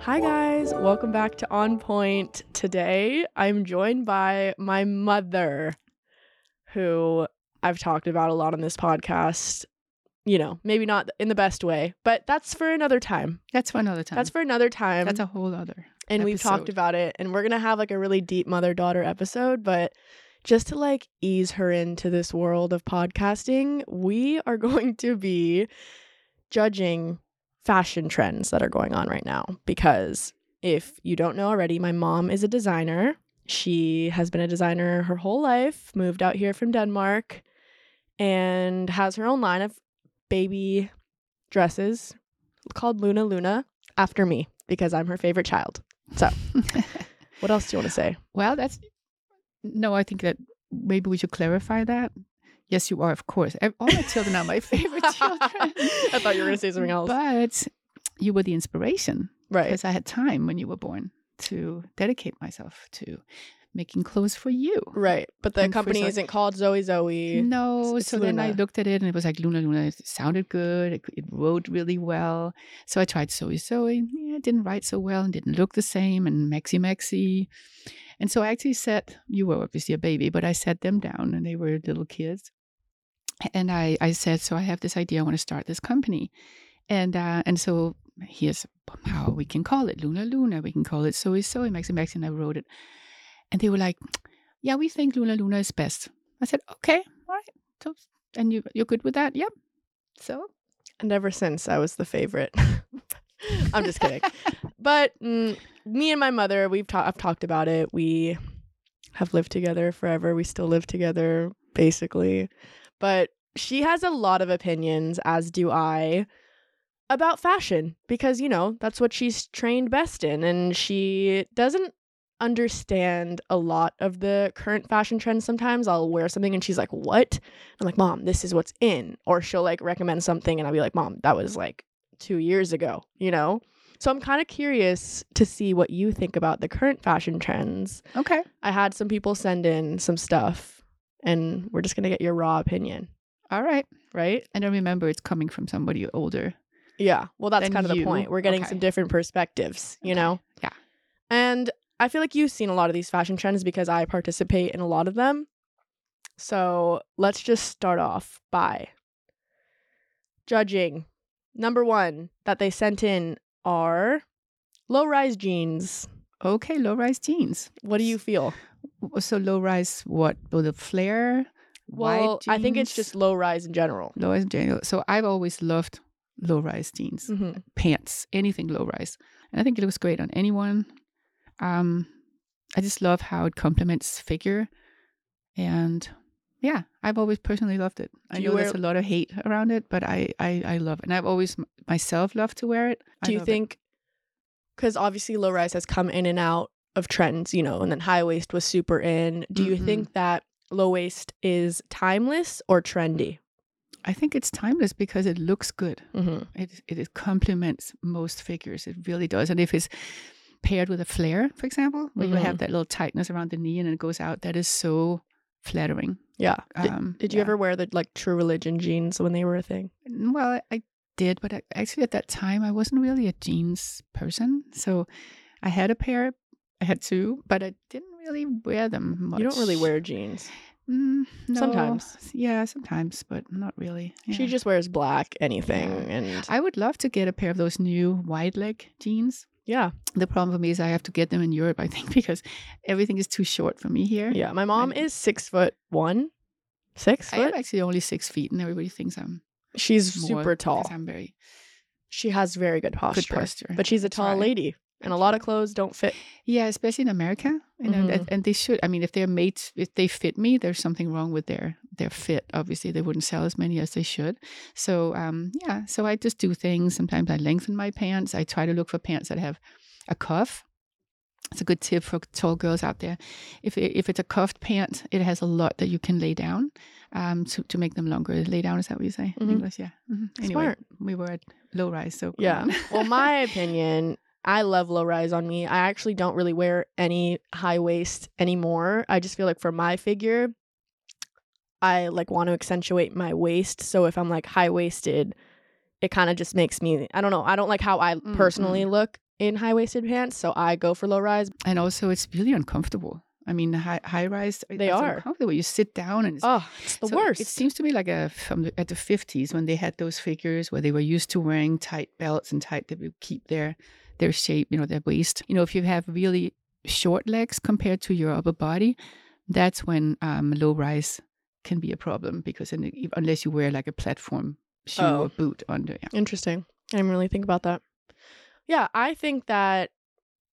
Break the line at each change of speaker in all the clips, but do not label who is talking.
Hi, guys. Welcome back to On Point. Today, I'm joined by my mother, who I've talked about a lot on this podcast. You know, maybe not in the best way, but that's for another time.
That's for another time.
That's for another time.
Um, That's a whole other.
and we've talked
episode.
about it, and we're going to have like a really deep mother daughter episode, but. Just to like ease her into this world of podcasting, we are going to be judging fashion trends that are going on right now because if you don't know already, my mom is a designer. She has been a designer her whole life, moved out here from Denmark, and has her own line of baby dresses called Luna Luna after me because I'm her favorite child. What else do you want to say?
well, that's no. I think that maybe we should clarify that. Yes, you are, of course. Ev- All my children are my favorite children.
I thought you were gonna say something else.
But you were the inspiration
Right.
because I had time when you were born to dedicate myself to making clothes for you.
Right. But the
And for
company
Zoe-
isn't called Zoe Zoe.
No,
it's
so then I
Luna.
looked at it and it was like Luna Luna. It sounded good. It, it wrote really well. So I tried Zoe Zoe. Yeah, it didn't write so well and didn't look the same. And Maxi Maxi. And so I actually set you were obviously a baby, but I set them down and they were little kids. And I I said so I have this idea. I want to start this company, and uh, and so here's how we can call it Luna Luna. We can call it Zoe Zoe Maxi Maxi. And I wrote it, and they were like, yeah, we think Luna Luna is best. I said, okay, all right. So, and you you're good with that? Yep. So
And ever since I was the favorite. I'm just kidding. but mm, me and my mother, we've ta- I've talked about it. We have lived together forever. We still live together, basically. But she has a lot of opinions, as do I, about fashion because you know that's what she's trained best in, and she doesn't understand a lot of the current fashion trends sometimes i'll wear something and she's like what i'm like mom this is what's in or she'll like recommend something and i'll be like mom that was like two years ago, you know? So I'm kind of curious to see what you think about the current fashion trends.
okay,
I had some people send in some stuff and we're just going to get your raw opinion,
all right.
right?
And I remember it's coming from somebody older.
Yeah. Well, that's
Then
kind of the
you-
point. We're getting
okay.
some different perspectives, you
Okay.
know?
Yeah.
And I feel like you've seen a lot of these fashion trends because I participate in a lot of them. So let's just start off by judging. Number one that they sent in are low rise jeans.
Okay, low rise jeans.
What do you feel?
W- So low rise what? Oh, the flare.
Well, I think it's just low rise in general.
low rise general. So I've always loved low rise jeans,
Mm-hmm.
pants, anything low rise, and I think it looks great on anyone. Um, I just love how it complements figure, and yeah, I've always personally loved it. I
Do you
know there's
wear-
a lot of hate around it, but I I, I love, and I've always m- myself loved to wear it. I
Do you
love it.
think, because obviously low rise has come in and out of trends, you know, and then high waist was super in. Do you
Mhm.
think that low waist is timeless or trendy?
I think it's timeless because it looks good.
Mm-hmm.
It it, it complements most figures. It really does, and if it's paired with a flare, for example, where
Mm-hmm.
you have that little tightness around the knee and it goes out, that is so flattering.
Yeah. Did,
Um,
did you
yeah.
ever wear the like true religion jeans when they were a thing?
N- Well, I- I did, but I, actually at that time I wasn't really a jeans person. So I had a pair, I had two, but I didn't really wear them much.
You don't really wear jeans.
Mm, no.
Sometimes.
Yeah, sometimes, but not really.
She
Yeah.
just wears black anything.
Yeah.
And
I would love to get a pair of those new wide leg jeans.
yeah.
The problem for me is I have to get them in Europe, I think, because everything is too short for me here.
Yeah. My mom
And-
is six foot one, six
I am
foot.
actually only six feet, and everybody thinks I'm
She's
more
super
because
tall.
I'm very
She has very good posture.
good posture.
But she's a
That's
tall
right.
lady, and a lot
That's right.
of clothes don't fit.
Yeah, especially in America, you know,
Mm-hmm.
that, and they should. I mean, if they're made, if they fit me, there's something wrong with their their fit. Obviously, they wouldn't sell as many as they should. So, um, yeah. So I just do things. Sometimes I lengthen my pants. I try to look for pants that have a cuff. It's a good tip for tall girls out there. If it, if it's a cuffed pant, it has a lot that you can lay down um, to to make them longer. Lay down is that what you say in
Mhm.
English? Yeah. Mhm. Anyway,
Smart.
we were at low rise, so come
Yeah.
on.
well, my opinion, I love low rise on me. I actually don't really wear any high waist anymore. I just feel like for my figure, I like want to accentuate my waist. So if I'm like high waisted, it kind of just makes me, I don't know, I don't like how I
Mm,
personally look. in high waisted pants, so I go for low rise.
And also, it's really uncomfortable. I mean, high high rise
They are.
uncomfortable. You sit down and it's
Oh, it's the
So it-
worst.
It seems to me like a from the, at the fifties when they had those figures where they were used to wearing tight belts and tight that would keep their their shape, you know, their waist. You know, if you have really short legs compared to your upper body, that's when um, low rise can be a problem because in the, unless you wear like a platform shoe
Oh.
or boot under. Yeah.
Interesting. I didn't really think about that. Yeah, I think that,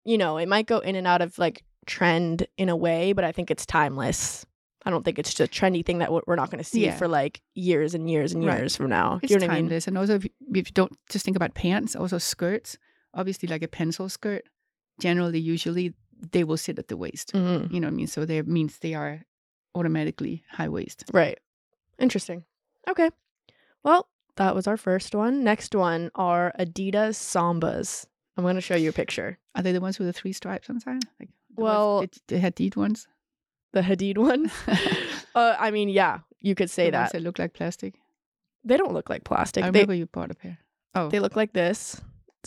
you know, it might go in and out of like trend in a way, but I think it's timeless. I don't think it's just a trendy thing that w- we're not going to see
Yeah.
for like years and years and
Right.
years from now.
It's
Do you know what I mean?
timeless. And also, if you, if you don't just think about pants, also skirts, obviously, like a pencil skirt, generally, usually, they will sit at the waist.
Mhm.
You know what I mean? So that means they are automatically high waist.
Right. Interesting. Okay. Well, that was our first one. Next one are Adidas Sambas. I'm going to show you a picture.
Are they the ones with the three stripes on the side? Like the
Well-
ones, the, the Hadid ones.
The Hadid one. uh, I mean, yeah, you could say
the ones
that.
that look like plastic.
They don't look like plastic.
I
They,
remember you bought a pair. Oh,
they look like this.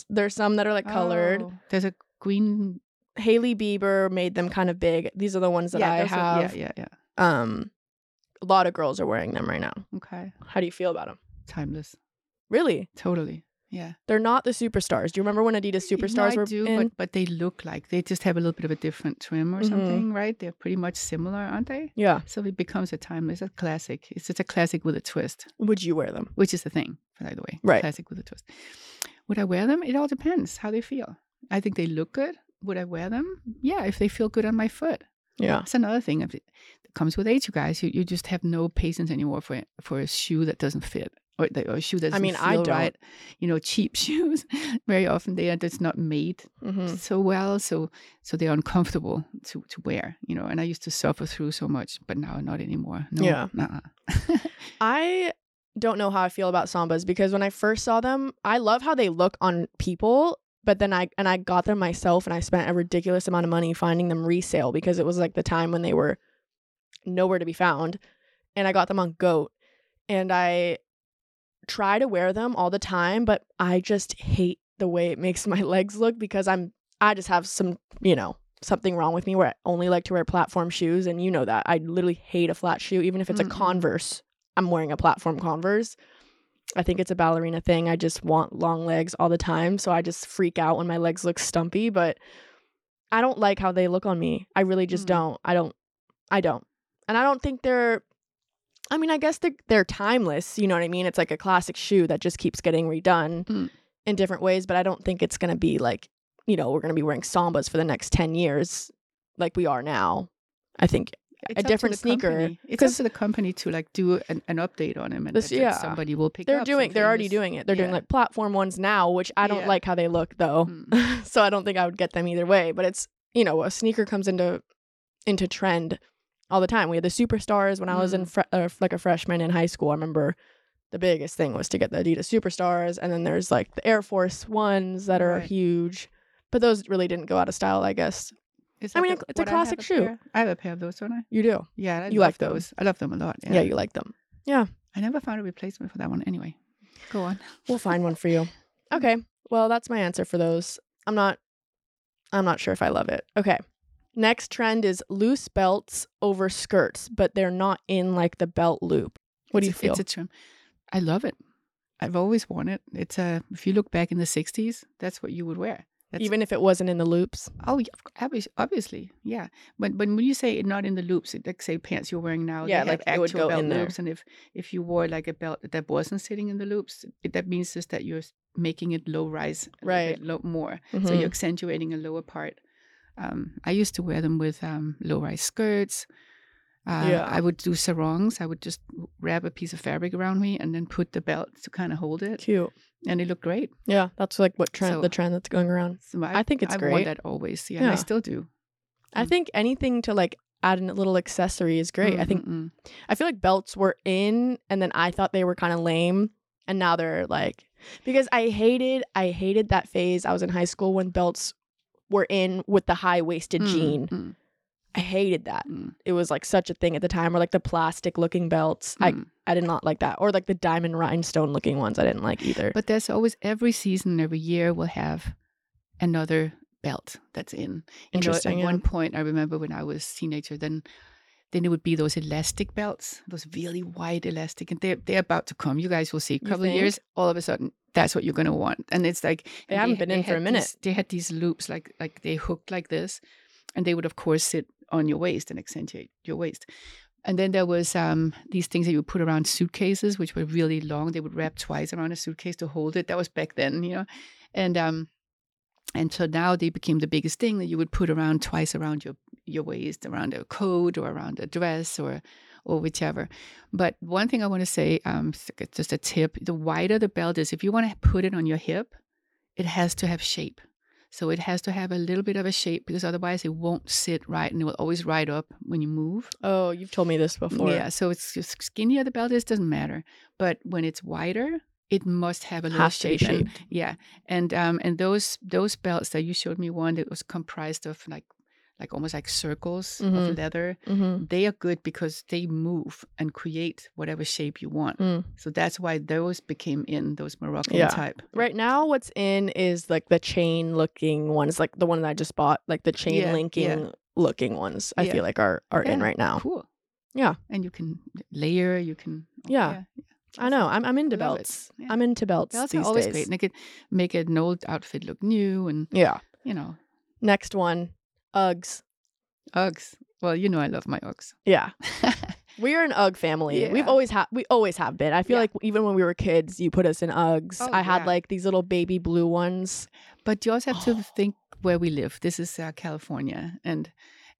There's some that are like colored.
Oh, There's a green.
Haley Bieber made them kind of big. These are the ones that I
those are-
have.
yeah, yeah, yeah.
Um, a lot of girls are wearing them right now.
Okay,
How do you feel about them?
timeless.
Really,
Totally. Yeah.
they're not the superstars. Do you remember when Adidas
You know,
superstars
I
were
do,
in?
but but they look like they just have a little bit of a different trim or
Mhm.
something, right? They're pretty much similar, aren't they?
Yeah.
So it becomes a timeless, a classic. It's just a classic with a twist.
Would you wear them?
which is the thing, by the way.
Right.
Classic with a twist. Would I wear them? It all depends how they feel. I think they look good. Would I wear them? Yeah, if they feel good on my foot.
Yeah.
That's another thing if it that comes with age, you guys. You, you just have no patience anymore for for a shoe that doesn't fit or, the, or a shoe that doesn't
mean,
feel
I don't.
right. You know, cheap shoes. Very often they are just not made
hmm
so well, so so they're uncomfortable to to wear. You know, and I used to suffer through so much, but now not anymore. No,
Yeah.
nuh-uh.
I don't know how I feel about sambas because when I first saw them, I love how they look on people. But then I and I got them myself, and I spent a ridiculous amount of money finding them resale because it was like the time when they were nowhere to be found, and I got them on Goat, and I try to wear them all the time, but I just hate the way it makes my legs look because I'm I just have some you know something wrong with me where I only like to wear platform shoes, and you know that I literally hate a flat shoe, even if it's
Mm-mm.
a Converse. I'm wearing a platform Converse. I think it's a ballerina thing. I just want long legs all the time, so I just freak out when my legs look stumpy, but I don't like how they look on me. I really just
Mm.
don't. I don't I don't. And I don't think they're I mean, I guess they're they're timeless, you know what I mean? It's like a classic shoe that just keeps getting redone
Mm.
in different ways, but I don't think it's going to be like, you know, we're going to be wearing sambas for the next 10 years like we are now. I think
It's up to
different
the
sneaker,
company. It's up
'cause-
to the company to like do an, an update on him, and
This-
that, like,
yeah.
somebody will pick.
they're
up
doing they're already doing it. They're doing
yeah.
like platform ones now, which I don't
Yeah.
like how they look though.
Mm.
so I don't think I would get them either way. But it's you know a sneaker comes into into trend all the time. We had the superstars when I was in fre- uh, like a freshman in high school. I remember the biggest thing was to get the Adidas superstars, and then there's like the Air Force ones that are
Right.
huge, but those really didn't go out of style. I guess I mean, it's a classic shoe.
I have a pair of those, don't I?
you do.
Yeah, I
You
love
like them.
those. I love them a lot. Yeah.
Yeah, you like them.
I never found a replacement for that one. Anyway, go on.
We'll find one for you. Okay. Well, that's my answer for those. I'm not I'm not sure if I love it. Okay. Next trend is loose belts over skirts, but they're not in like the belt loop. What do you
It's a-
feel?
It's a trim. I love it. I've always worn it. It's a. If you look back in the '60s, that's what you would wear. That's
Even if it wasn't in the loops.
Oh, yeah, of cou- obvi- obviously, yeah. But but when you say it not in the loops, it, like say pants you're wearing now, they
Yeah,
have
like, it would
actual
go
belt
in there.
loops, and if if you wore like a belt that wasn't sitting in the loops, it, that means just that you're s- making it low rise, a little
Right.
bit Low more, so
Mhm.
you're accentuating a lower part. Um, I used to wear them with um, low rise skirts. Uh,
Yeah.
I would do sarongs. I would just w- wrap a piece of fabric around me and then put the belt to kind of hold it,
cute.
and it looked great.
Yeah, that's like what trend
So-
the trend that's going around.
So
I think it's
I wore
great.
that always, yeah, and
Yeah.
I still do.
I
Mm. Mm-hmm.
think anything to like add a little accessory is great. I think
Mm-mm-mm.
I feel like belts were in and then I thought they were kind of lame and now they're like because I hated I hated that phase I was in high school when belts were in with the high-waisted
Mm,
jean.
mm,
I hated that.
mm,
It was like such a thing at the time or like the plastic looking belts.
mm.
I I did not like that or like the diamond rhinestone looking ones I didn't like either.
But there's always every season, every year will have another belt that's in. You know, at
Interesting, yeah.
one point, I remember when I was teenager, then then it would be those elastic belts, those really wide elastic, and they're they're about to come. You guys will see. A
You
couple of
think?
years, all of a sudden, that's what you're gonna want. And it's like
They
and
haven't
ha-
been in for a
had
minute.
these- they had these loops, like like they hooked like this, and they would of course sit on your waist and accentuate your waist. And then there was um, these things that you would put around suitcases, which were really long. They would wrap twice around a suitcase to hold it. That was back then, you know. And um, and so now they became the biggest thing that you would put around twice around your your waist, around a coat or around a dress or or whichever. But one thing I want to say, um, s- just a tip: the wider the belt is, if you want to put it on your hip, it has to have shape. So it has to have a little bit of a shape because otherwise it won't sit right and it will always ride up when you move.
Oh, you've told me this before.
Yeah, so it's just skinnier the belt is doesn't matter, but when it's wider, it must have a little
Has to be
shape. and-
shaped.
yeah, and um, and those those belts that you showed me one that was comprised of like like almost like circles
Mhm.
of leather.
Mm-hmm.
They are good because they move and create whatever shape you want.
Mm.
So that's why those became in those Moroccan
Yeah.
type.
Right now, what's in is like the chain looking ones, like the one that I just bought, like the chain
Yeah, yeah.
linking looking ones. I
Yeah.
feel like are are in
Yeah,
right now.
Cool.
Yeah.
And you can layer. You can. oh,
Yeah. I know. I'm I'm into
I love it.
belts.
Yeah.
I'm into belts.
Belts are
these
always
days.
great. And they could make an old outfit look new, and
Yeah.
you know,
Next one, Uggs.
Uggs. Well, you know, I love my Uggs.
Yeah. We are an UGG family. We've
Yeah.
always had we always have been. I feel
Yeah.
like even when we were kids, you put us in Uggs.
Oh,
I had
yeah.
like these little baby blue ones.
but you also have
Oh.
to think where we live. This is uh, California, and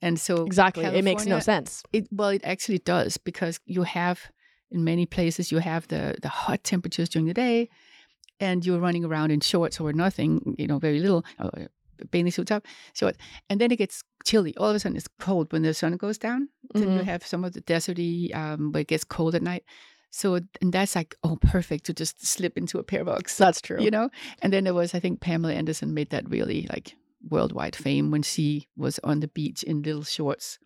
and so
Exactly. It makes no
California-
sense.
It, well, it actually does because you have in many places you have the the hot temperatures during the day, and you're running around in shorts or nothing, you know, very little. Or, uh, bathing suit top shorts, and then it gets chilly. All of a sudden, it's cold when the sun goes down. Then you
Mhm.
have some of the deserty, um, but it gets cold at night. So and that's like oh, perfect to just slip into a pair of Uggs
That's true.
you know and then there was i think pamela anderson made that really like worldwide fame when she was on the beach in little shorts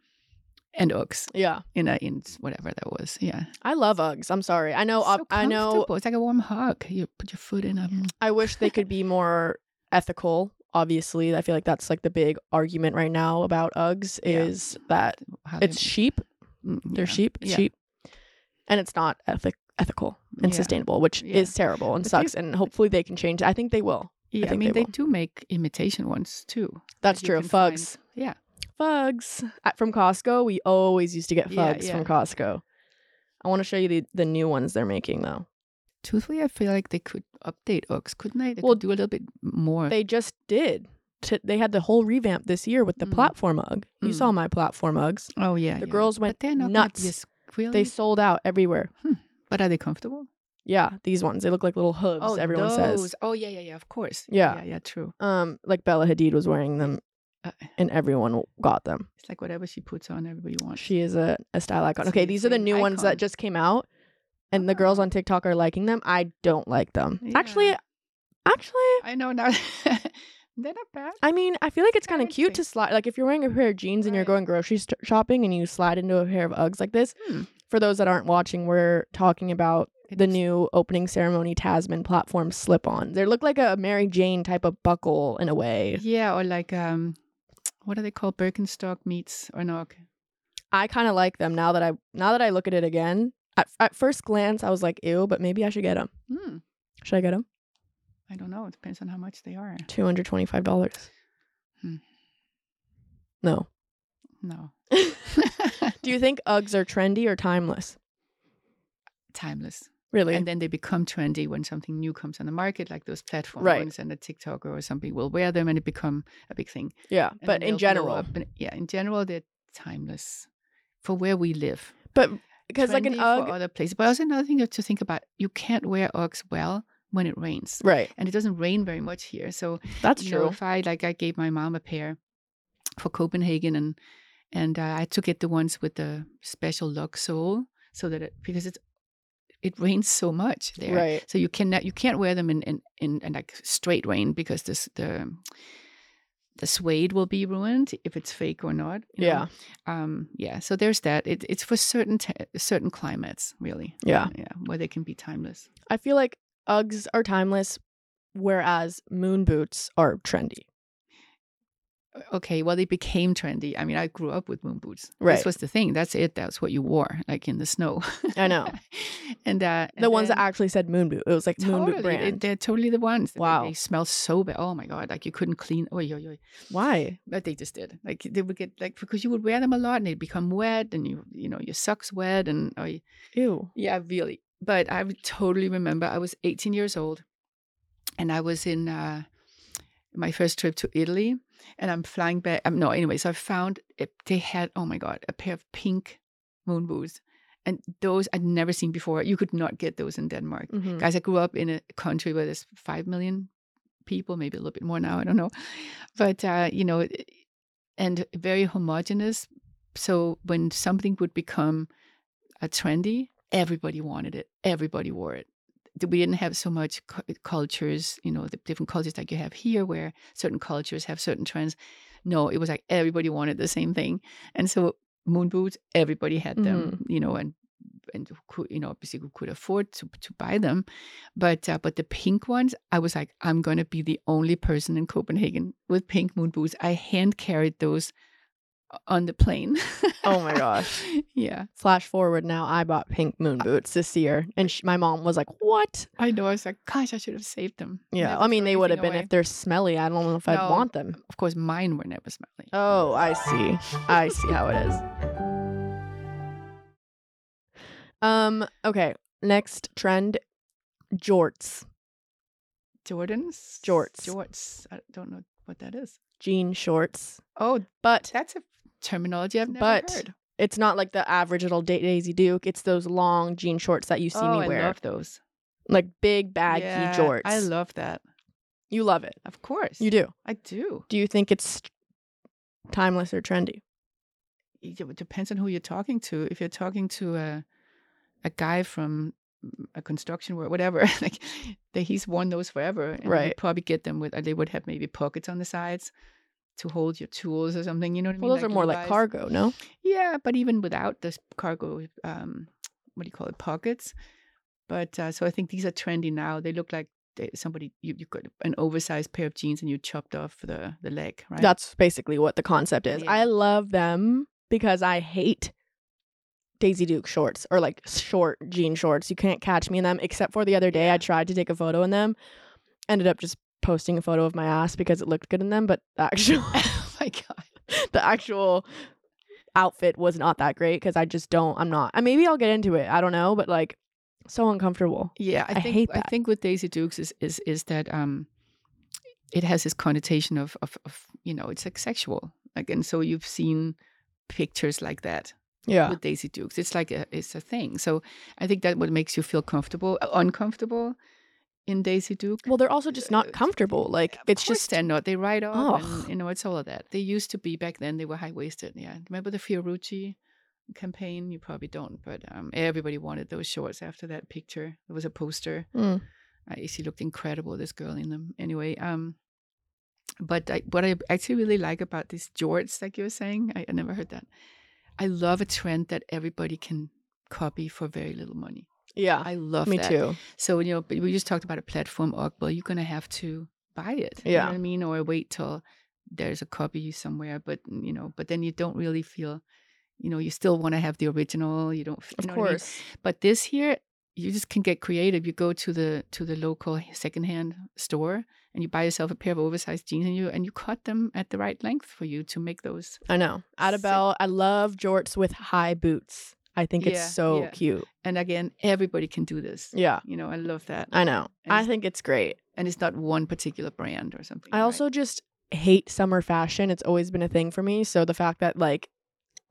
and Uggs
Yeah.
in a in whatever that was yeah
I love Uggs. I'm sorry. I know
So
Oh, I know
comfortable. it's like a warm hug you put your foot in a mm,
I wish they could be more ethical. Obviously, I feel like that's like the big argument right now about Uggs
Yeah.
is that
how
it's
they-
sheep.
Mm,
They're
yeah.
sheep. It's
Yeah.
sheep, and it's not ethic ethical and
Yeah.
sustainable, which
Yeah.
is terrible and
But
sucks. And hopefully, they can change. it. I think they will.
yeah i,
think
mean
they
they,
will.
do make imitation ones too
That's
you
true.
can find-
Fugs.
yeah
Fugs At- from Costco. We always used to get
Yeah,
fugs
yeah.
from Costco. I want to show you the, the new ones they're making though.
truthfully i feel like they could update Uggs, couldn't they they
Well,
could do a little bit more
They just did. T- they had the whole revamp this year with the
Mm.
platform UGG. You
Mm.
saw my platform UGGs.
oh yeah
the
yeah.
girls went
but they're not
nuts.
like this really
They sold out everywhere.
but are they comfortable
Yeah, these ones. They look like little hooves, everyone
Oh, those.
says.
Oh yeah, yeah, yeah. Of course.
Yeah.
yeah, yeah. True.
Um, like Bella Hadid was wearing them
Uh,
and everyone w- got them.
it's like whatever she puts on, everybody wants.
She is a, a style icon.
So
Okay,
you're
these are the
saying
new ones that
icon.
just came out and the girls
Ah.
on TikTok are liking them. I don't like them. Actually
Yeah.
actually
I know now. They're not bad.
I mean, I feel like it's kind of
Very
cute to slide. Like if you're wearing a pair of jeans and you're
Right.
going grocery st- shopping and you slide into a pair of Uggs like this.
Hmm.
For those that aren't watching, we're talking about the
It's-
new opening ceremony Tasman platform slip on. They look like a Mary Jane type of buckle in a way.
Yeah, or like um, what are they called? Birkenstock meets or nog.
I kind of like them now that I now that I look at it again. At, at first glance, I was like, "Ew," but maybe I should get them.
Hmm.
Should I get them?
I don't know. It depends on how much they are.
Two hundred twenty-five dollars.
Hmm.
No.
No.
Do you think Uggs are trendy or timeless?
Timeless.
Really?
And then they become trendy when something new comes on the market, like those platforms
Right.
and a TikToker or something will wear them and it become a big thing.
yeah,
And
but
then
in
they'll blow
general,
up and- yeah, in general, they're timeless for where we live.
but because like an
Trendy
Ugg,
for other places. But also another thing you have to think about: you can't wear Uggs well when it rains,
Right.
and it doesn't rain very much here. So
That's
you know, if I like, I gave my mom a pair for Copenhagen, and and uh, I took it the ones with the special lug sole, so that it because it it rains so much there.
Right.
So you cannot you can't wear them in in, in, in like straight rain because this the the suede will be ruined if it's fake or not. you know?
Yeah.
Um. Yeah. So there's that. It, it's for certain t- certain climates, really.
Yeah.
Yeah. Where they can be timeless.
I feel like Uggs are timeless, whereas moon boots are trendy.
okay, well, they became trendy. I mean, I grew up with moon boots.
Right.
This was the thing. That's it. That's what you wore, like in the snow.
I know.
and uh,
The ones that actually said Moon Boot. It was like Moon
totally,
Boot
they,
brand.
they're totally the ones. They-
Wow.
They smell so bad. Oh my god! Like you couldn't clean. Oh, yo, yo.
Why?
But they just did. Like they would get like because you would wear them a lot and they'd become wet and you you know your socks wet and oh,
Ew.
yeah, really. But I would totally remember I was 18 years old and I was in uh, my first trip to Italy and I'm flying back. Um, no, anyways, I found it, they had, oh my God, a pair of pink moon boots. And those I'd never seen before. You could not get those in Denmark.
Mhm.
Guys, I grew up in a country where there's 5 million people, maybe a little bit more now, I don't know. But, uh, you know, it- and very homogenous. So when something would become a trendy, everybody wanted it, everybody wore it. Th- We didn't have so much cu- cultures, you know, the different cultures like you have here, where certain cultures have certain trends. No, it was like everybody wanted the same thing. And so moon boots, everybody had them, you know, and and who could, you know obviously who could afford to to buy them, but uh, but the pink ones, I was like, I'm gonna be the only person in Copenhagen with pink moon boots. I hand carried those uh, on the plane.
Oh my gosh.
yeah,
Flash forward now, I bought pink
Uh,
Moon Boots this year, and sh- my mom was like, "What?"
I know. I was like, gosh, I should have saved them.
Yeah,
Never
I mean,
throw
they would have
anything
been
away.
if they're smelly. I don't know if I'd
No.
want them.
Of course, mine were never smelly.
Oh, I see. I see how it is. Um. Okay. Next trend, jorts,
Jordans.
Jorts.
Jorts. I don't know what that is.
jean shorts,
Oh,
but
that's a terminology I've never
But
heard.
it's not like the average little da- Daisy Duke. It's those long jean shorts that you see
oh,
me wear,
I love those.
like big baggy
Yeah,
jorts.
I love that.
you love it.
Of course.
You do.
I do.
Do you think it's timeless or trendy?
It it depends on who you're talking to. If you're talking to a a guy from mm, a construction work, whatever, like that he's worn those forever. And You
Right.
probably get them with, uh, they would have maybe pockets on the sides to hold your tools or something. You know what I mean?
Well, those are more like
Levi's.
cargo, no?
Yeah, but even without this cargo, um, what do you call it, pockets. But uh, so I think these are trendy now. They look like they, somebody you you got an oversized pair of jeans and you chopped off the the leg, right?
That's basically what the concept is.
Yeah.
I love them because I hate Daisy Duke shorts or like short jean shorts. You can't catch me in them except for the other day I
Yeah.
tried to take a photo in them. Ended up just posting a photo of my ass because it looked good in them, but the actual
oh my god!
the actual outfit was not that great cuz I just don't I'm not. I maybe I'll get into it. I don't know, but like so uncomfortable.
Yeah, I
I
think
hate
I
that.
think with Daisy Dukes is is is that um, it has this connotation of of, of you know it's like sexual, like and so you've seen pictures like that
Yeah.
with Daisy Dukes. It's like a, it's a thing. So I think that what makes you feel comfortable, uh, uncomfortable in Daisy Duke.
Well, they're also just not comfortable. Like
Of
it's
course
just Oh.
they're not. They ride off.
Ugh.
And, you know, it's all of that. They used to be back then. They were high waisted. Yeah, remember the Fiorucci campaign? You probably don't, but um, everybody wanted those shorts after that picture. There was a poster.
Mm.
I, she looked incredible. This girl in them. Anyway, um, but I, what I actually really like about these jorts, like you were saying, I, I never heard that. I love a trend that everybody can copy for very little money.
yeah.
I love
me
that.
too.
So you know, but we just talked about a platform org. Well, you're gonna have to buy it. You
Yeah.
know what I mean, or wait till there's a copy somewhere. But you know, but then you don't really feel, you know, you still want to have the original. You don't, f- you
Of
know what I mean?
course.
But this here, you just can get creative. You go to the to the local secondhand store and you buy yourself a pair of oversized jeans and you and you cut them at the right length for you to make those.
I know. Annabelle, I love jorts with high boots. I think
Yeah,
it's so
yeah.
cute.
And again, everybody can do this.
Yeah,
You know, I love that.
I know.
And
I
it's-
think it's great.
And it's not one particular brand or something.
I
right?
also just hate summer fashion. It's always been a thing for me. So the fact that, like,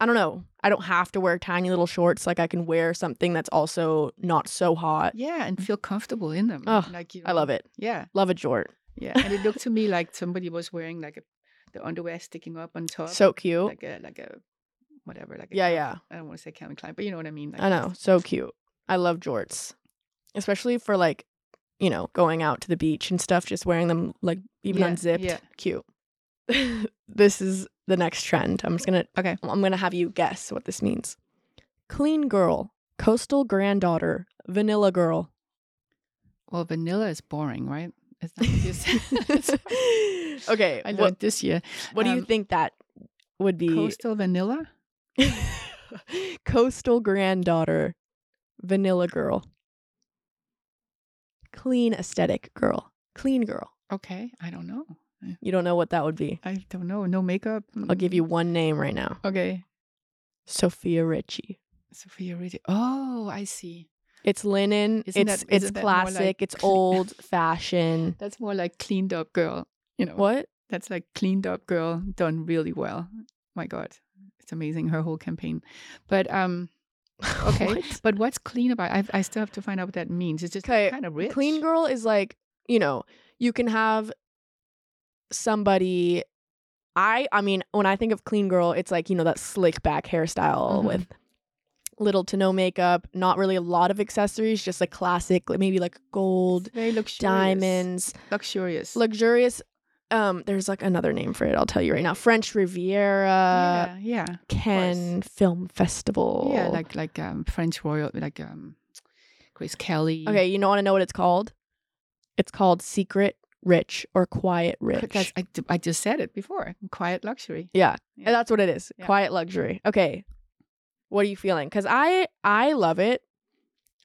I don't know, I don't have to wear tiny little shorts. Like, I can wear something that's also not so hot.
Yeah, and feel comfortable in them.
Oh,
like you
Mm. I love it.
Yeah,
Love a jort.
yeah. And it looked to me like somebody was wearing like a, the underwear sticking up on top.
So cute.
like a like a whatever like a
Yeah,
Calvin-
yeah.
I don't want to say Calvin Klein, but you know what I mean. Like
I know. So cute. I love jorts, especially for like, you know, going out to the beach and stuff, just wearing them like even
Yeah,
unzipped.
yeah.
Cute. this is the next trend. I'm just going to,
Okay.
I'm going to have you guess what this means. Clean girl, coastal granddaughter, vanilla girl.
Well, vanilla is boring, right? It's not this.
okay.
I learned
What,
this year.
what do you
um,
think that would be?
Coastal vanilla.
Coastal granddaughter, vanilla girl, clean aesthetic girl, clean girl.
Okay, I don't know.
You don't know what that would be.
I don't know. No makeup.
I'll give you one name right now
Okay,
Sophia Richie.
Sophia Richie. Oh, I see.
It's linen,
Isn't
it's,
that-
it's
isn't that more like
classic, it's
clean-
old fashioned.
That's more like cleaned up girl. You know
What?
That's like cleaned up girl done really well. My God, it's amazing her whole campaign. But um, Okay.
What?
but what's clean about? I I still have to find out what that means. It's just
'Kay,
kind of rich.
Clean girl is like, you know, you can have somebody I I mean, when I think of clean girl, it's like, you know, that slick back hairstyle
Mhm.
with little to no makeup, not really a lot of accessories, just a classic, like, maybe like gold,
very luxurious.
diamonds,
luxurious.
luxurious um there's like another name for it, I'll tell you right now. French Riviera,
yeah, yeah,
Cannes Film Festival.
yeah, like like um French royal, like um Grace Kelly.
Okay, you don't want to know what it's called? It's called Secret Rich or Quiet
Qu-
Rich.
That's, I, d- I just said it before. Quiet luxury.
yeah,
Yeah.
that's what it is.
Yeah.
Quiet luxury. Okay. What are you feeling? Cuz I I love it.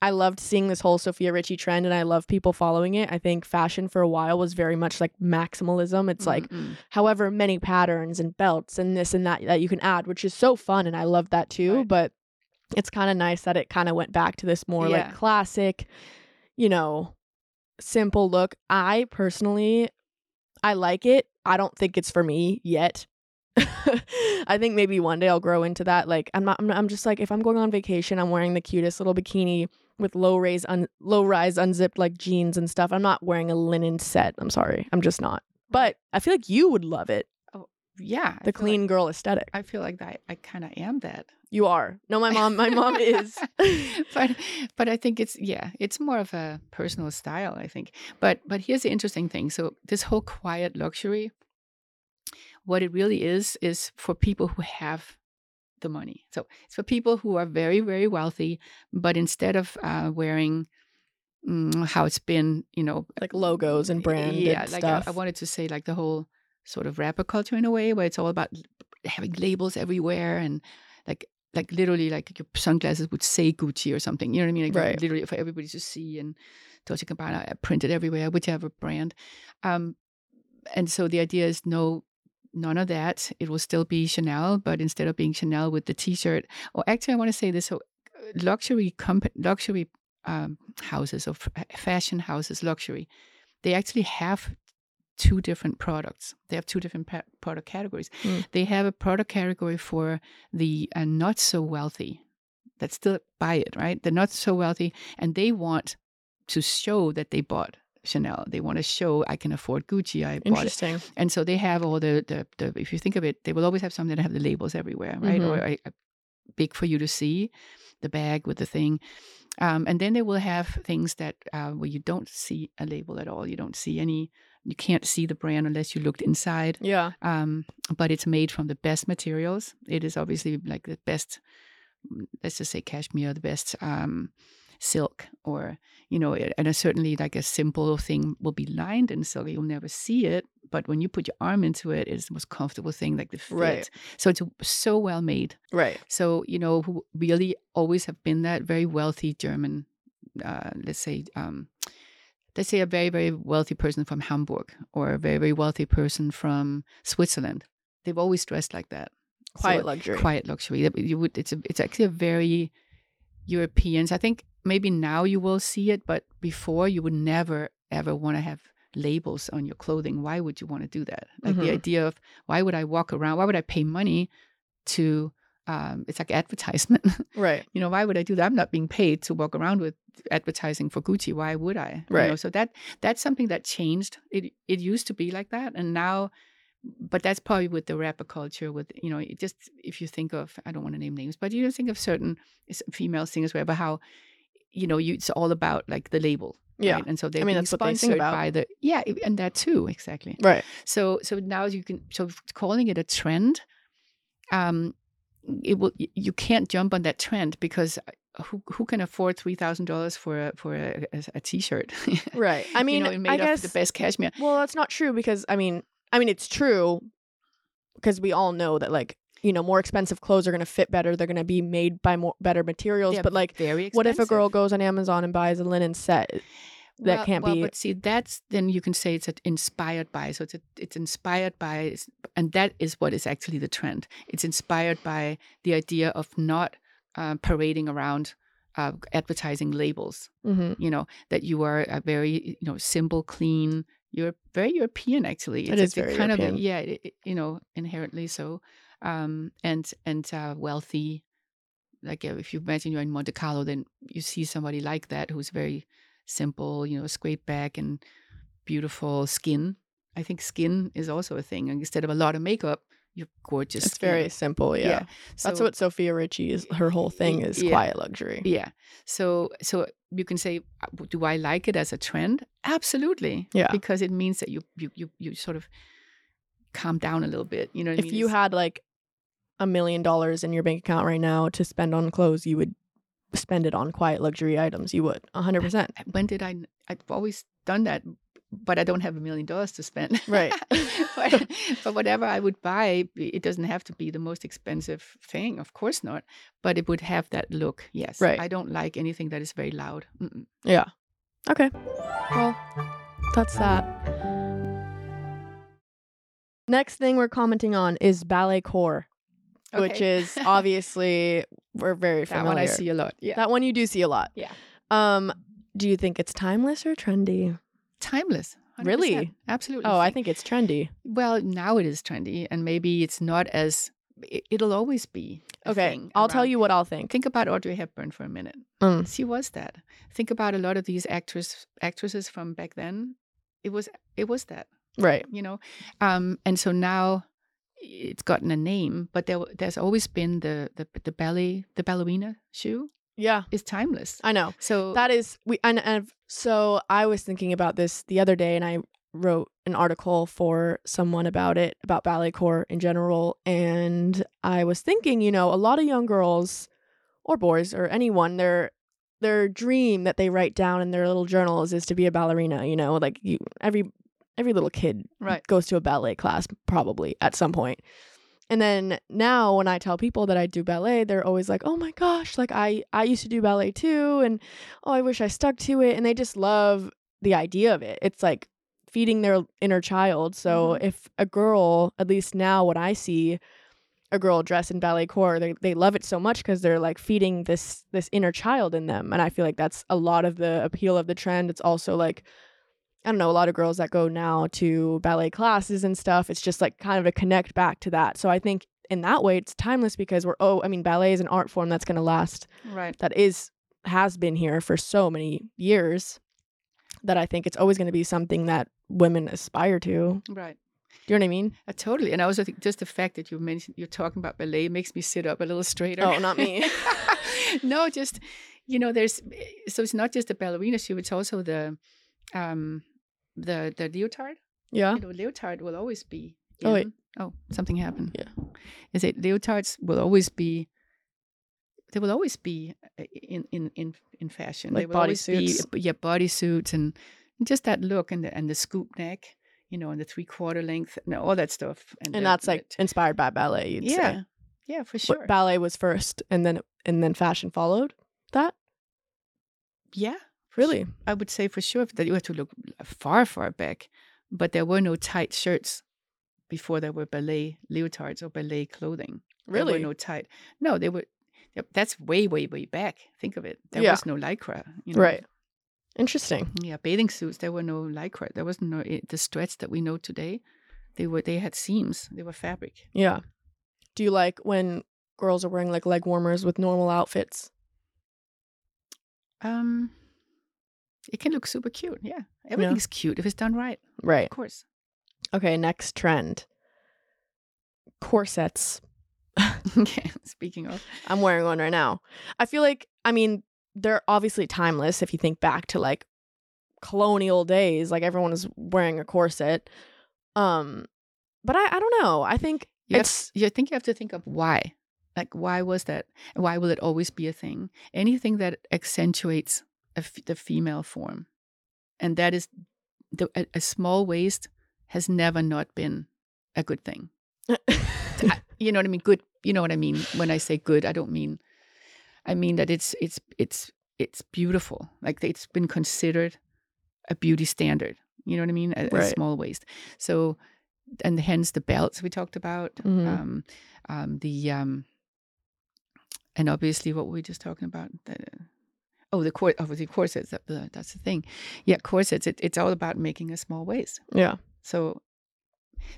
I loved seeing this whole Sophia Richie trend and I love people following it. I think fashion for a while was very much like maximalism. It's like
Mm, mm,
however many patterns and belts and this and that that you can add, which is so fun and I love that too,
Right.
but it's kind of nice that it kind of went back to this more
Yeah.
like classic, you know, simple look. I personally I like it. I don't think it's for me yet. I think maybe one day I'll grow into that. Like I'm not I'm, not- I'm just like if I'm going on vacation, I'm wearing the cutest little bikini with low raise un- low rise unzipped like jeans and stuff. I'm not wearing a linen set. I'm sorry. I'm just not. But I feel like you would love it.
yeah, I
The
feel
clean
Like,
girl aesthetic.
I feel like that. I kind of am that.
You are. No, my mom my mom is.
but but I think it's yeah, it's more of a personal style. I think. But but here's the interesting thing. So this whole quiet luxury, what it really is, is for people who have the money. So it's for people who are very very wealthy, but instead of uh, wearing. mm, how it's been, you know,
Like logos and brand
yeah,
and
like uh, I-
stuff.
I, wanted to say, like the whole sort of rapper culture in a way, where it's all about l- having labels everywhere and like like literally like your sunglasses would say Gucci or something. You know what I mean? Like
Right.
literally for everybody to see and Dolce Gabbana uh, printed everywhere, whichever brand. Um, and so the idea is no. None of that. It will still be Chanel, but instead of being Chanel with the T-shirt, or actually, I want to say this: so uh, luxury comp- luxury um, houses or f- fashion houses, luxury, they actually have two different products. They have two different pa- product categories.
Mm.
They have a product category for the uh, not so wealthy that still buy it, right? They're not so wealthy and they want to show that they bought Chanel. They want to show I can afford Gucci. I bought it.
Interesting.
And so they have all the, the, the if you think of it, they will always have something that have the labels everywhere, right? Or a, a big for you to see, the bag with the thing. Um, and then they will have things that uh, where you don't see a label at all. You don't see any, you can't see the brand unless you looked inside.
Yeah.
Um, but it's made from the best materials. It is obviously like the best, mm, let's just say cashmere, the best um, silk, or, you know, it- and a, certainly like a simple thing will be lined in silk. You'll never see it. But when you put your arm into it, it's the most comfortable thing, like the fit.
Right.
So it's so well made.
Right.
So, you know, who really always have been that very wealthy German, uh, let's say, um, let's say a very, very wealthy person from Hamburg or a very, very wealthy person from Switzerland. They've always dressed like that. So
Quiet luxury.
Quiet luxury. That You would, it's, a, it's actually a very Europeans. I think maybe now you will see it, but before you would never, ever want to have labels on your clothing. Why would you want to do that? Like the
Mhm.
idea of why would I walk around? Why would I pay money to um, it's like advertisement.
Right.
you know, why would I do that? I'm not being paid to walk around with advertising for Gucci. Why would I? You know,
Right.
so that that's something that changed. It it used to be like that, and now, but that's probably with the rapper culture. With you know, it just if you think of, I don't want to name names, but you think of certain s- female singers, wherever how, you know, you, it's all about like the label.
Yeah.
right? And so they're
mean,
being
that's what they sing
sponsored
about.
by the yeah, i- and that too exactly.
Right.
So so now you can so calling it a trend, um, it will y- you can't jump on that trend because who who can afford three thousand dollars for a for a, a, a t-shirt?
Right. I mean,
you know, it made
I
up
guess
the best cashmere.
Well, that's not true because I mean, I mean it's true because we all know that like you know more expensive clothes are going to fit better. They're going to be made by more better materials.
They're
but like,
very expensive.
what if a girl goes on Amazon and buys a linen set? that
Well-
can't
well,
be-
But see, that's then you can say it's a- inspired by. So it's a, it's inspired by, it's- and that is what is actually the trend. It's inspired by the idea of not uh, parading around uh, advertising labels.
Mm-hmm.
You know that you are a very you know simple, clean. You're very European, actually.
It
It's-
is
it's a
very
kind of a,
European.
yeah, it, it- you know, inherently so, um, and and uh, wealthy. Like uh, if you imagine you're in Monte Carlo, then you see somebody like that who's very simple, you know, scrape back and beautiful skin. I think skin is also a thing. And instead of a lot of makeup, you're gorgeous.
It's
skin.
very simple. Yeah. that's
So-
what Sophia Richie is. Her whole thing is
Yeah.
quiet luxury.
Yeah. So so you can say, uh, do I like it as a trend? Absolutely.
Yeah.
Because it means that you you you, you sort of calm down a little bit. You know what
If
I mean?
you
It's-
had like a million dollars in your bank account right now to spend on clothes, you would spend it on quiet luxury items. You would 100%.
when did I? I've always done that, but I don't have a million dollars to spend.
Right.
but, but whatever I would buy, it doesn't have to be the most expensive thing. Of course not. But it would have that look. Yes.
Right.
I don't like anything that is very loud. Mm-mm.
Yeah. Okay. Well, that's that. Next thing we're commenting on is ballet core, which
Okay.
is obviously we're very
that
familiar.
one I see a lot. Yeah.
That one you do see a lot.
Yeah.
Um, do you think it's timeless or trendy?
Timeless. 100%.
Really?
Absolutely.
Oh, I think it's trendy.
Well, now it is trendy, and maybe it's not as. It, it'll always be. a
Okay,
thing
I'll tell
around.
you what I'll think.
Think about Audrey Hepburn for a minute.
Mm.
She was that. Think about a lot of these actress actresses from back then. It was it was that
Right.
you know, um, and so now it's gotten a name, but there there's always been the the the ballet the ballerina shoe
Yeah,
is timeless.
I know.
So
Ah, That is we and, and so I was thinking about this the other day and I wrote an article for someone about it about ballet corps in general and I was thinking, you know, a lot of young girls or boys or anyone their their dream that they write down in their little journals is to be a ballerina, you know, like you, every every little kid
right,
goes to a ballet class probably at some point. And then now when I tell people that I do ballet, they're always like, "Oh my gosh, like I I used to do ballet too and oh, I wish I stuck to it." And they just love the idea of it. It's like feeding their inner child. So
Mhm.
if a girl, at least now what I see a girl dressed in ballet corps, they they love it so much cuz they're like feeding this this inner child in them. And I feel like that's a lot of the appeal of the trend. It's also like I don't know, a lot of girls that go now to ballet classes and stuff, it's just like kind of a connect back to that. So I think in that way, it's timeless because we're, oh, I mean, ballet is an art form that's going to last,
right.
that is, has been here for so many years that I think it's always going to be something that women aspire to. Do you
Right,
know what I mean?
uh, totally, and I also think just the fact that you mentioned you're talking about ballet makes me sit up a little straighter.
Oh, not me.
no, just you know, there's eh, so it's not just the ballerina shoe; it's also the um the the leotard.
Yeah.
You know, leotard will always be.
Oh, wait.
in- oh, something happened.
Yeah.
Is it leotards will always be? They will always be uh, in in in in fashion. they
Like
will always
bodysuits?
be yeah bodysuits and just that look and the and the scoop neck, you know, and the three quarter length and all that stuff.
And
the-
that's like
the-
inspired by ballet, you'd
yeah,
say.
yeah, for
But
sure.
ballet was first and then, and then fashion followed that.
yeah, for sure.
Really?
I would say for sure that you have to look far, far back, but there were no tight shirts before there were ballet leotards or ballet clothing. There
Really?
were no tight. No, they were. yep, That's way, way, way back. Think of it. There
Yeah.
was no lycra. You know?
Right. Interesting.
Yeah, bathing suits. There were no lycra. There wasn't no, it- the stretch that we know today. They were. They had seams. They were fabric.
Yeah. Do you like when girls are wearing like leg warmers with normal outfits?
Um, it can look super cute. Yeah, everything's cute if it's done right.
Right.
Of course.
Okay, next trend. Corsets.
okay. Speaking of,
I'm wearing one right now. I feel like I mean, they're obviously timeless if you think back to like colonial days, like everyone is wearing a corset. Um but I, I don't know. I think
you have-
it's
you think you have to think of why. Like, why was that? Why will it always be a thing? Anything that accentuates a f- the female form, and that is the, a, a small waist has never not been a good thing. I- you know what I mean? Good. You know what I mean when I say good. I don't mean. I mean that it's it's it's it's beautiful. Like it's been considered a beauty standard. You know what I mean? A, a
Right.
small waist. So, and hence the belts we talked about.
Mhm.
Um, um, the um, and obviously what we were just talking about. The, oh, the court. Obviously corsets. That, the- that's the thing. Yeah, corsets. It, it's all about making a small waist.
yeah.
So,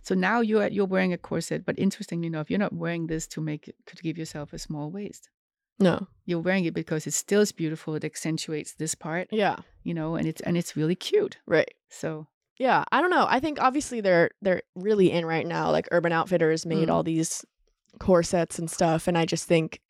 so now you're you're wearing a corset, but interestingly enough, you're not wearing this to make it, to give yourself a small waist.
No.
You're wearing it because it still is beautiful. It accentuates this part,
Yeah.
you know, and it's and it's really cute.
Right.
So
Yeah, I don't know. I think obviously they're they're really in right now. Like Urban Outfitters made
Mm.
all these corsets and stuff, and I just think,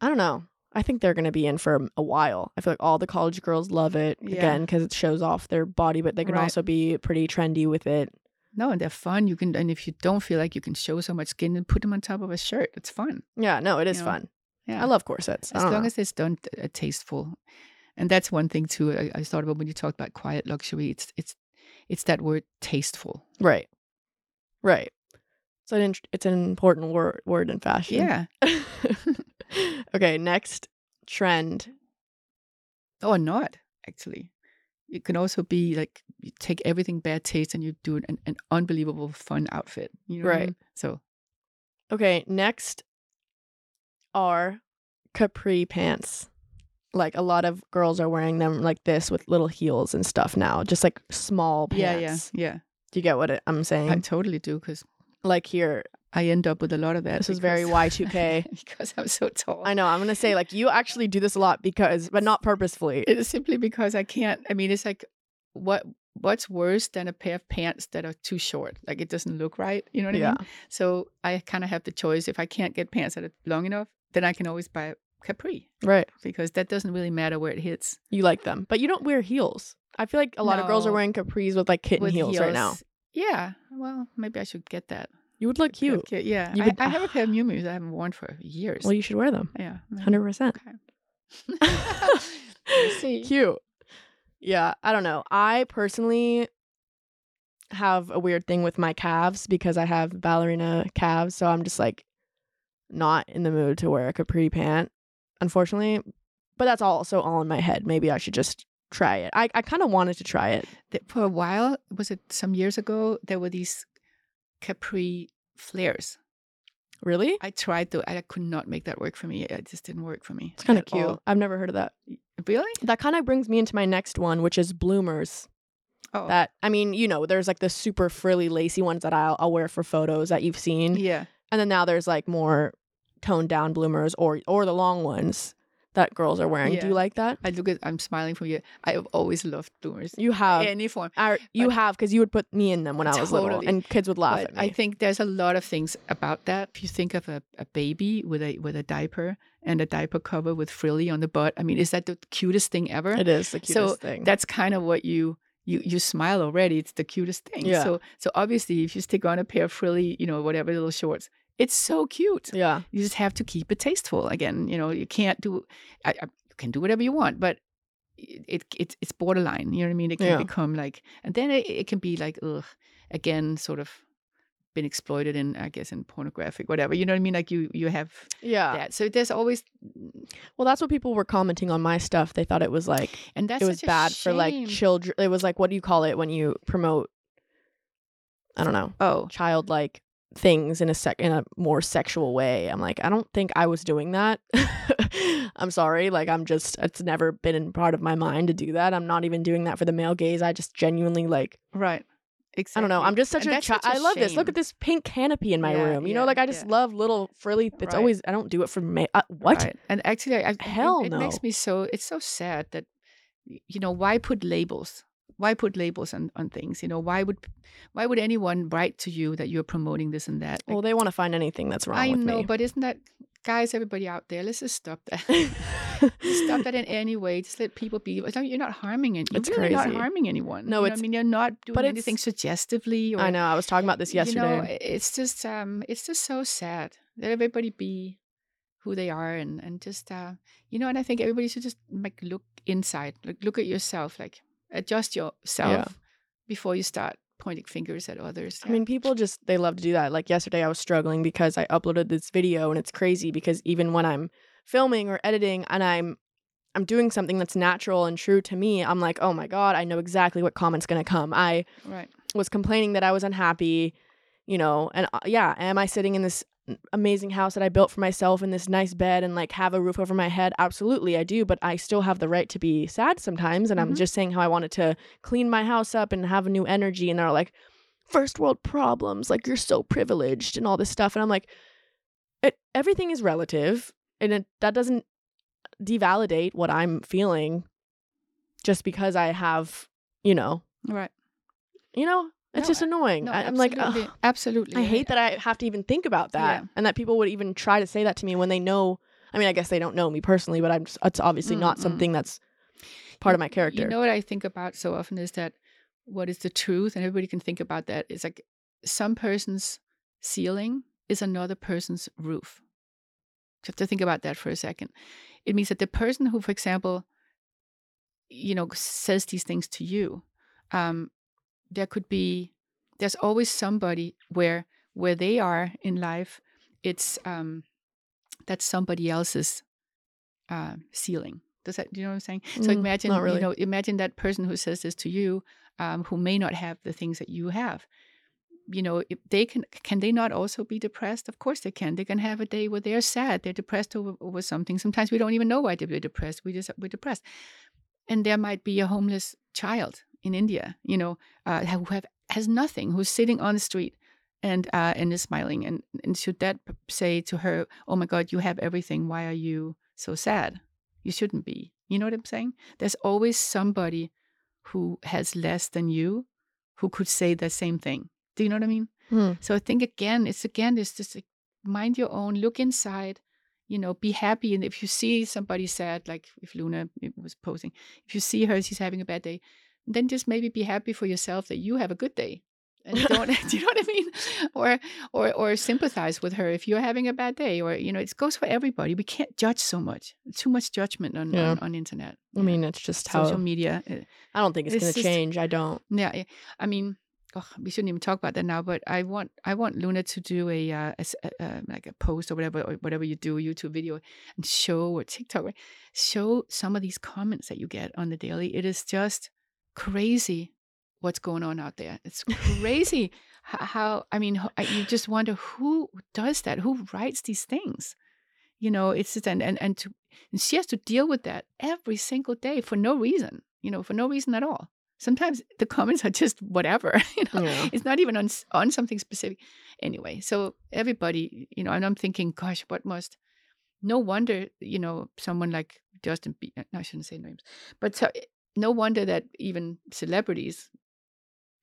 I don't know. I think they're gonna be in for a while. I feel like all the college girls love it again 'cause
Yeah.
again because it shows off their body, but they can
Right.
also be pretty trendy with it.
no, and they're fun. You can and if you don't feel like you can show so much skin, then put them on top of a shirt. It's fun.
Yeah, no, it is
Yeah.
fun.
Yeah,
I love corsets.
as long as it's done t- uh, tasteful. And that's one thing too. I, I thought about when you talked about quiet luxury. It's it's it's that word tasteful.
right, right. So an int- it's an important word word in fashion.
Yeah.
okay, next trend.
or Oh, not actually it can also be like you take everything bad taste and you do an, an unbelievable fun outfit you know what I
Right.
mean? so
Okay, next are capri pants. Like a lot of girls are wearing them like this with little heels and stuff now, just like small pants.
yeah yeah yeah
Do you get what it- I'm saying?
i totally do because
like here,
i end up with a lot of that
This is very
because-
Y2K.
because i'm so tall
I know I'm gonna say like you actually do this a lot because, but not purposefully.
it's simply because i can't i mean it's like what what's worse than a pair of pants that are too short like it doesn't look right you know what i
yeah,
mean so i kind of have the choice if i can't get pants that are long enough then i can always buy capri
right.
because that doesn't really matter where it hits
You like them, but you don't wear heels. I feel like a lot of girls are
No.
wearing capris with like kitten
with
heels, right now.
heels. Yeah. Well, maybe I should get that.
You would look cute.
Okay, yeah.
You
I,
would-
I have a pair of Miu Miu's I haven't worn for years.
Well, you should wear them.
yeah. maybe.
Hundred percent.
Okay. I see.
Cute. Yeah, I don't know. I personally have a weird thing with my calves because I have ballerina calves, so I'm just like not in the mood to wear a capri pant, unfortunately. But that's also all in my head. Maybe I should just try it. I, I kind of wanted to try it.
Th- for a while, was it some years ago? There were these capri flares.
Really?
I tried though, I could not make that work for me. It just didn't work for me.
It's kind of
at
cute.
all.
I've never heard of that.
Really?
That kind of brings me into my next one, which is bloomers.
Oh,
That I mean, you know, there's like the super frilly, lacy ones that I'll, I'll wear for photos that you've seen.
yeah.
And then now there's like more toned down bloomers or or the long ones that girls are wearing. Do
Yeah.
you like that?
I look at. I'm smiling from you. I have always loved bloomers.
You have.
Any form.
I, you
but-
have because you would put me in them when I was little,
Totally.
and kids would laugh
But
at me.
I think there's a lot of things about that. If you think of a, a baby with a with a diaper and a diaper cover with frilly on the butt, I mean, is that the cutest thing ever?
it is the cutest
So
thing.
That's kind of what you you you smile already. It's the cutest thing.
Yeah.
So so obviously, if you stick on a pair of frilly, you know, whatever little shorts, it's so cute.
yeah,
You just have to keep it tasteful. Again, you know, you can't do. I, I, you can do whatever you want, but. It, it it's it's borderline, you know what I mean. It can
Yeah.
become like, and then it, it can be like, ugh, again, sort of been exploited in, I guess, in pornographic, whatever. You know what I mean? Like you you have
yeah.
that. So there's always,
Well, that's what people were commenting on my stuff. They thought it was like
and that's
it was
such a
bad for like
shame.
children. It was like what do you call it when you promote? I don't know
oh,
childlike things in a sec in a more sexual way. I'm like, I don't think I was doing that. I'm sorry, like I'm just it's never been in part of my mind to do that. I'm not even doing that for the male gaze. I just genuinely like
right.
I
Exactly.
don't know. I'm just such
And
a
that's
child.
such
I
a
love this. Look
shame.
at this pink canopy in my
Yeah,
room. You know,
yeah,
like I just
yeah.
love little frilly. It's
Right.
always I don't do it for ma- uh, what?
Right. And actually, I, I-
Hell
it, it
no.
makes me so. It's so sad that, y- you know, why put labels? Why put labels on, on things? You know, why would why would anyone write to you that you're promoting this and that? Like,
Well, they want to find anything that's wrong
I
with
know,
me.
but isn't that guys, everybody out there? Let's just stop that. Just stop
Stop
that in any way. Just let people be. It's not- You're not harming anyone.
It's
You're really not
crazy.
harming anyone.
No,
You know what
it's-
I mean, you're not doing
but it's-
anything suggestively. Or,
I know. I was talking about this
You know,
yesterday.
it's just um, it's just so sad. Let everybody be who they are and, and just, uh, you know, and I think everybody should just like look inside, like look at yourself, like adjust yourself before you start pointing fingers at others.
I mean, people just they love to do that. Like yesterday I was struggling because I uploaded this video and it's crazy because even when I'm filming or editing and I'm I'm doing something that's natural and true to me, I'm like, "Oh my god, I know exactly what comments going to come." I
right.
was complaining that I was unhappy, you know, and uh, yeah, am I sitting in this amazing house that I built for myself in this nice bed and like have a roof over my head? Absolutely, I do, but I still have the right to be sad sometimes. And I'm
Mhm.
just saying how I wanted to clean my house up and have a new energy. And they're like, first world problems, like you're so privileged and all this stuff. And I'm like, it, everything is relative and it, that doesn't devalidate what I'm feeling just because I have, you know,
Right.
you know, it's
No,
just
I-
annoying.
No,
I, I'm like,
absolutely.
"Ugh."
absolutely.
I hate that I have to even think about that,
Yeah.
and that people would even try to say that to me when they know. I mean, I guess they don't know me personally, but I'm. Just, it's obviously not
Mm, mm.
something that's part of my character.
You know what I think about so often is that what is the truth, and everybody can think about that. It's like some person's ceiling is another person's roof. You have to think about that for a second. It means that the person who, for example, you know, says these things to you, um, there could be, there's always somebody where where they are in life. It's um, that's somebody else's uh, ceiling. Does that? Do you know what I'm saying? So
Mm,
imagine,
not really.
you know, imagine that person who says this to you, um, who may not have the things that you have. You know, if they can, can they not also be depressed? Of course they can. They can have a day where they're sad. They're depressed over, over something. Sometimes we don't even know why they're depressed. We just we're depressed, and there might be a homeless child in India, you know, uh, who have has nothing, who's sitting on the street, and uh, and is smiling. And and should that p- say to her, "Oh my God, you have everything. Why are you so sad? You shouldn't be." You know what I'm saying? there's always somebody who has less than you who could say the same thing. Do you know what I mean?
Hmm.
So I think again, it's again, it's just like mind your own, look inside, you know, be happy. And if you see somebody sad, like if Luna eh, was posing, if you see her, she's having a bad day, then just maybe be happy for yourself that you have a good day. And don't, do you know what I mean? Or, or, or sympathize with her if you're having a bad day. Or you know, it goes for everybody. We can't judge so much. Too much judgment on
Yeah.
on, on internet.
I
Yeah
mean, it's just how.
social media. uh,
I don't think it's,
it's
going to
just-
change. I don't.
Yeah, yeah. I mean, ugh, we shouldn't even talk about that now. But I want I want Luna to do a, uh, a s- a- um, like a post or whatever or whatever you do, a YouTube video, and show or TikTok, right? show some of these comments that you get on the daily. It is just crazy what's going on out there. It's crazy h- how I mean ho- I- you just wonder who does that, who writes these things. You know, it's just and and and, to, and she has to deal with that every single day for no reason. You know, for no reason at all. Sometimes the comments are just whatever. You know,
Yeah.
it's not even on s- on something specific. Anyway, so everybody, you know, and I'm thinking, gosh, what must? No wonder, you know, someone like Justin. Be- no, I shouldn't say names, but so, eh, no wonder that even celebrities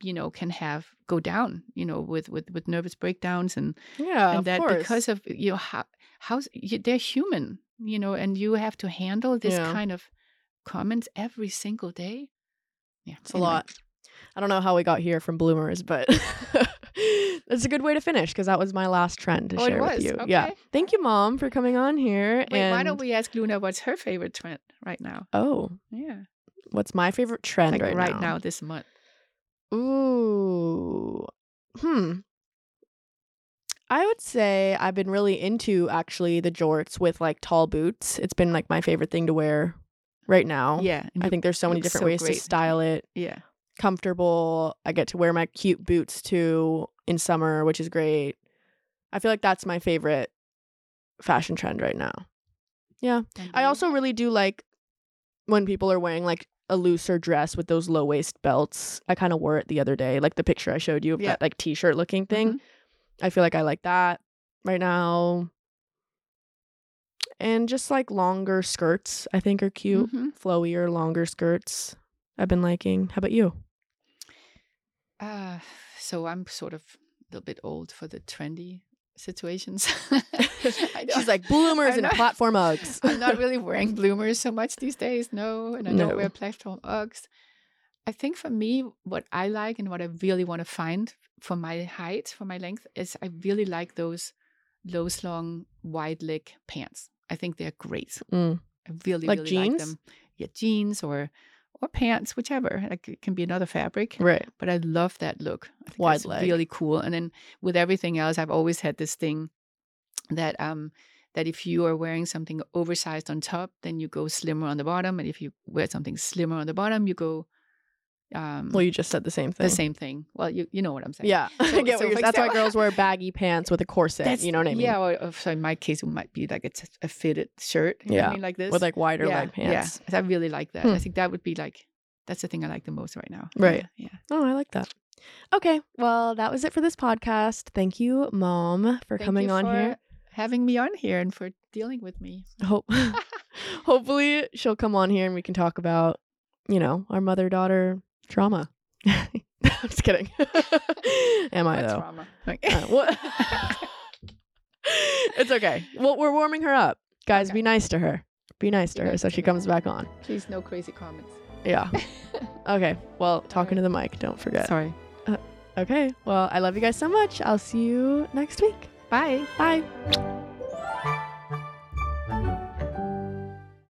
you know can have go down you know with with with nervous breakdowns and
Yeah,
and
Uh, of
that
course.
because of you know how how you, they're human you know and you have to handle this
Yeah.
kind of comments every single day yeah
it's a lot. I don't know how we got here from bloomers, but it's a good way to finish because that was my last trend to
Oh, it
share with
was?
you. Yeah.
Okay.
Thank you, mom, for coming on here.
wait
and
why don't we ask luna what's her favorite trend right now
Oh,
yeah
what's my favorite trend
like
right, now?
this month
Ooh. Hmm. I would say I've been really into actually the jorts with like tall boots. It's been like my favorite thing to wear right now.
yeah
Oh,
and
I
you-
think there's so many
looks
different
so
ways
great.
to style it.
yeah
Comfortable. I get to wear my cute boots too in summer, which is great. I feel like that's my favorite fashion trend right now.
And
I
you?
also really do like when people are wearing like a looser dress with those low waist belts. I kind of wore it the other day, like the picture I showed you of
Yeah.
that like t shirt looking thing.
Mhm.
I feel like I like that right now. And just like longer skirts, I think are cute.
Mhm.
Flowier, longer skirts, I've been liking. How about you?
Uh, so I'm sort of a little bit old for the trendy situations. I don't-
She's like bloomers
I'm
and
not-
platform Uggs.
I'm not really wearing bloomers so much these days, no, and I
No.
don't wear platform Uggs. I think for me, what I like and what I really want to find for my height, for my length, is I really like those low slung, wide leg pants. I think they're great.
Mm.
I really,
Like
really like
jeans?
them. Yeah, jeans or or pants, whichever. Like it can be another fabric.
Right.
But I love that look. I think
Wide
it's
leg.
really cool. And then with everything else, I've always had this thing that um that if you are wearing something oversized on top, then you go slimmer on the bottom. And if you wear something slimmer on the bottom, you go um
Well, you just said the same thing.
the same thing. Well, you you know what I'm saying.
Yeah. I
So-
get what
so,
you're-
for
that's why
example-
girls wear baggy pants with a corset.
That's-
you know what I mean?
Yeah, or, or so in my case, it might be like a, t- a fitted shirt. You know what I
Yeah,
mean? like this.
With like wider
yeah,
leg pants.
Yeah, I really like that.
Hmm.
I think that would be like that's the thing I like the most right now.
Right.
Yeah.
Oh, I like that. Okay. Well, that was it for this podcast. Thank you, mom, for
Thank
coming
you
on
for
here.
having me on here, and for dealing with me.
Hope hopefully she'll come on here and we can talk about, you know, our mother daughter trauma. I'm just kidding. Am I
What
though?
trauma? Like-
Uh, what? it's okay. Well, we're warming her up. Guys,
Okay.
be nice to her. Be nice to
Be
her
nice
so
to
she
her.
comes back on.
Please, no crazy comments.
Yeah. Okay. Well, talking to the mic. Don't forget.
Sorry.
Okay. Well, I love you guys so much. I'll see you next week.
Bye.
Bye.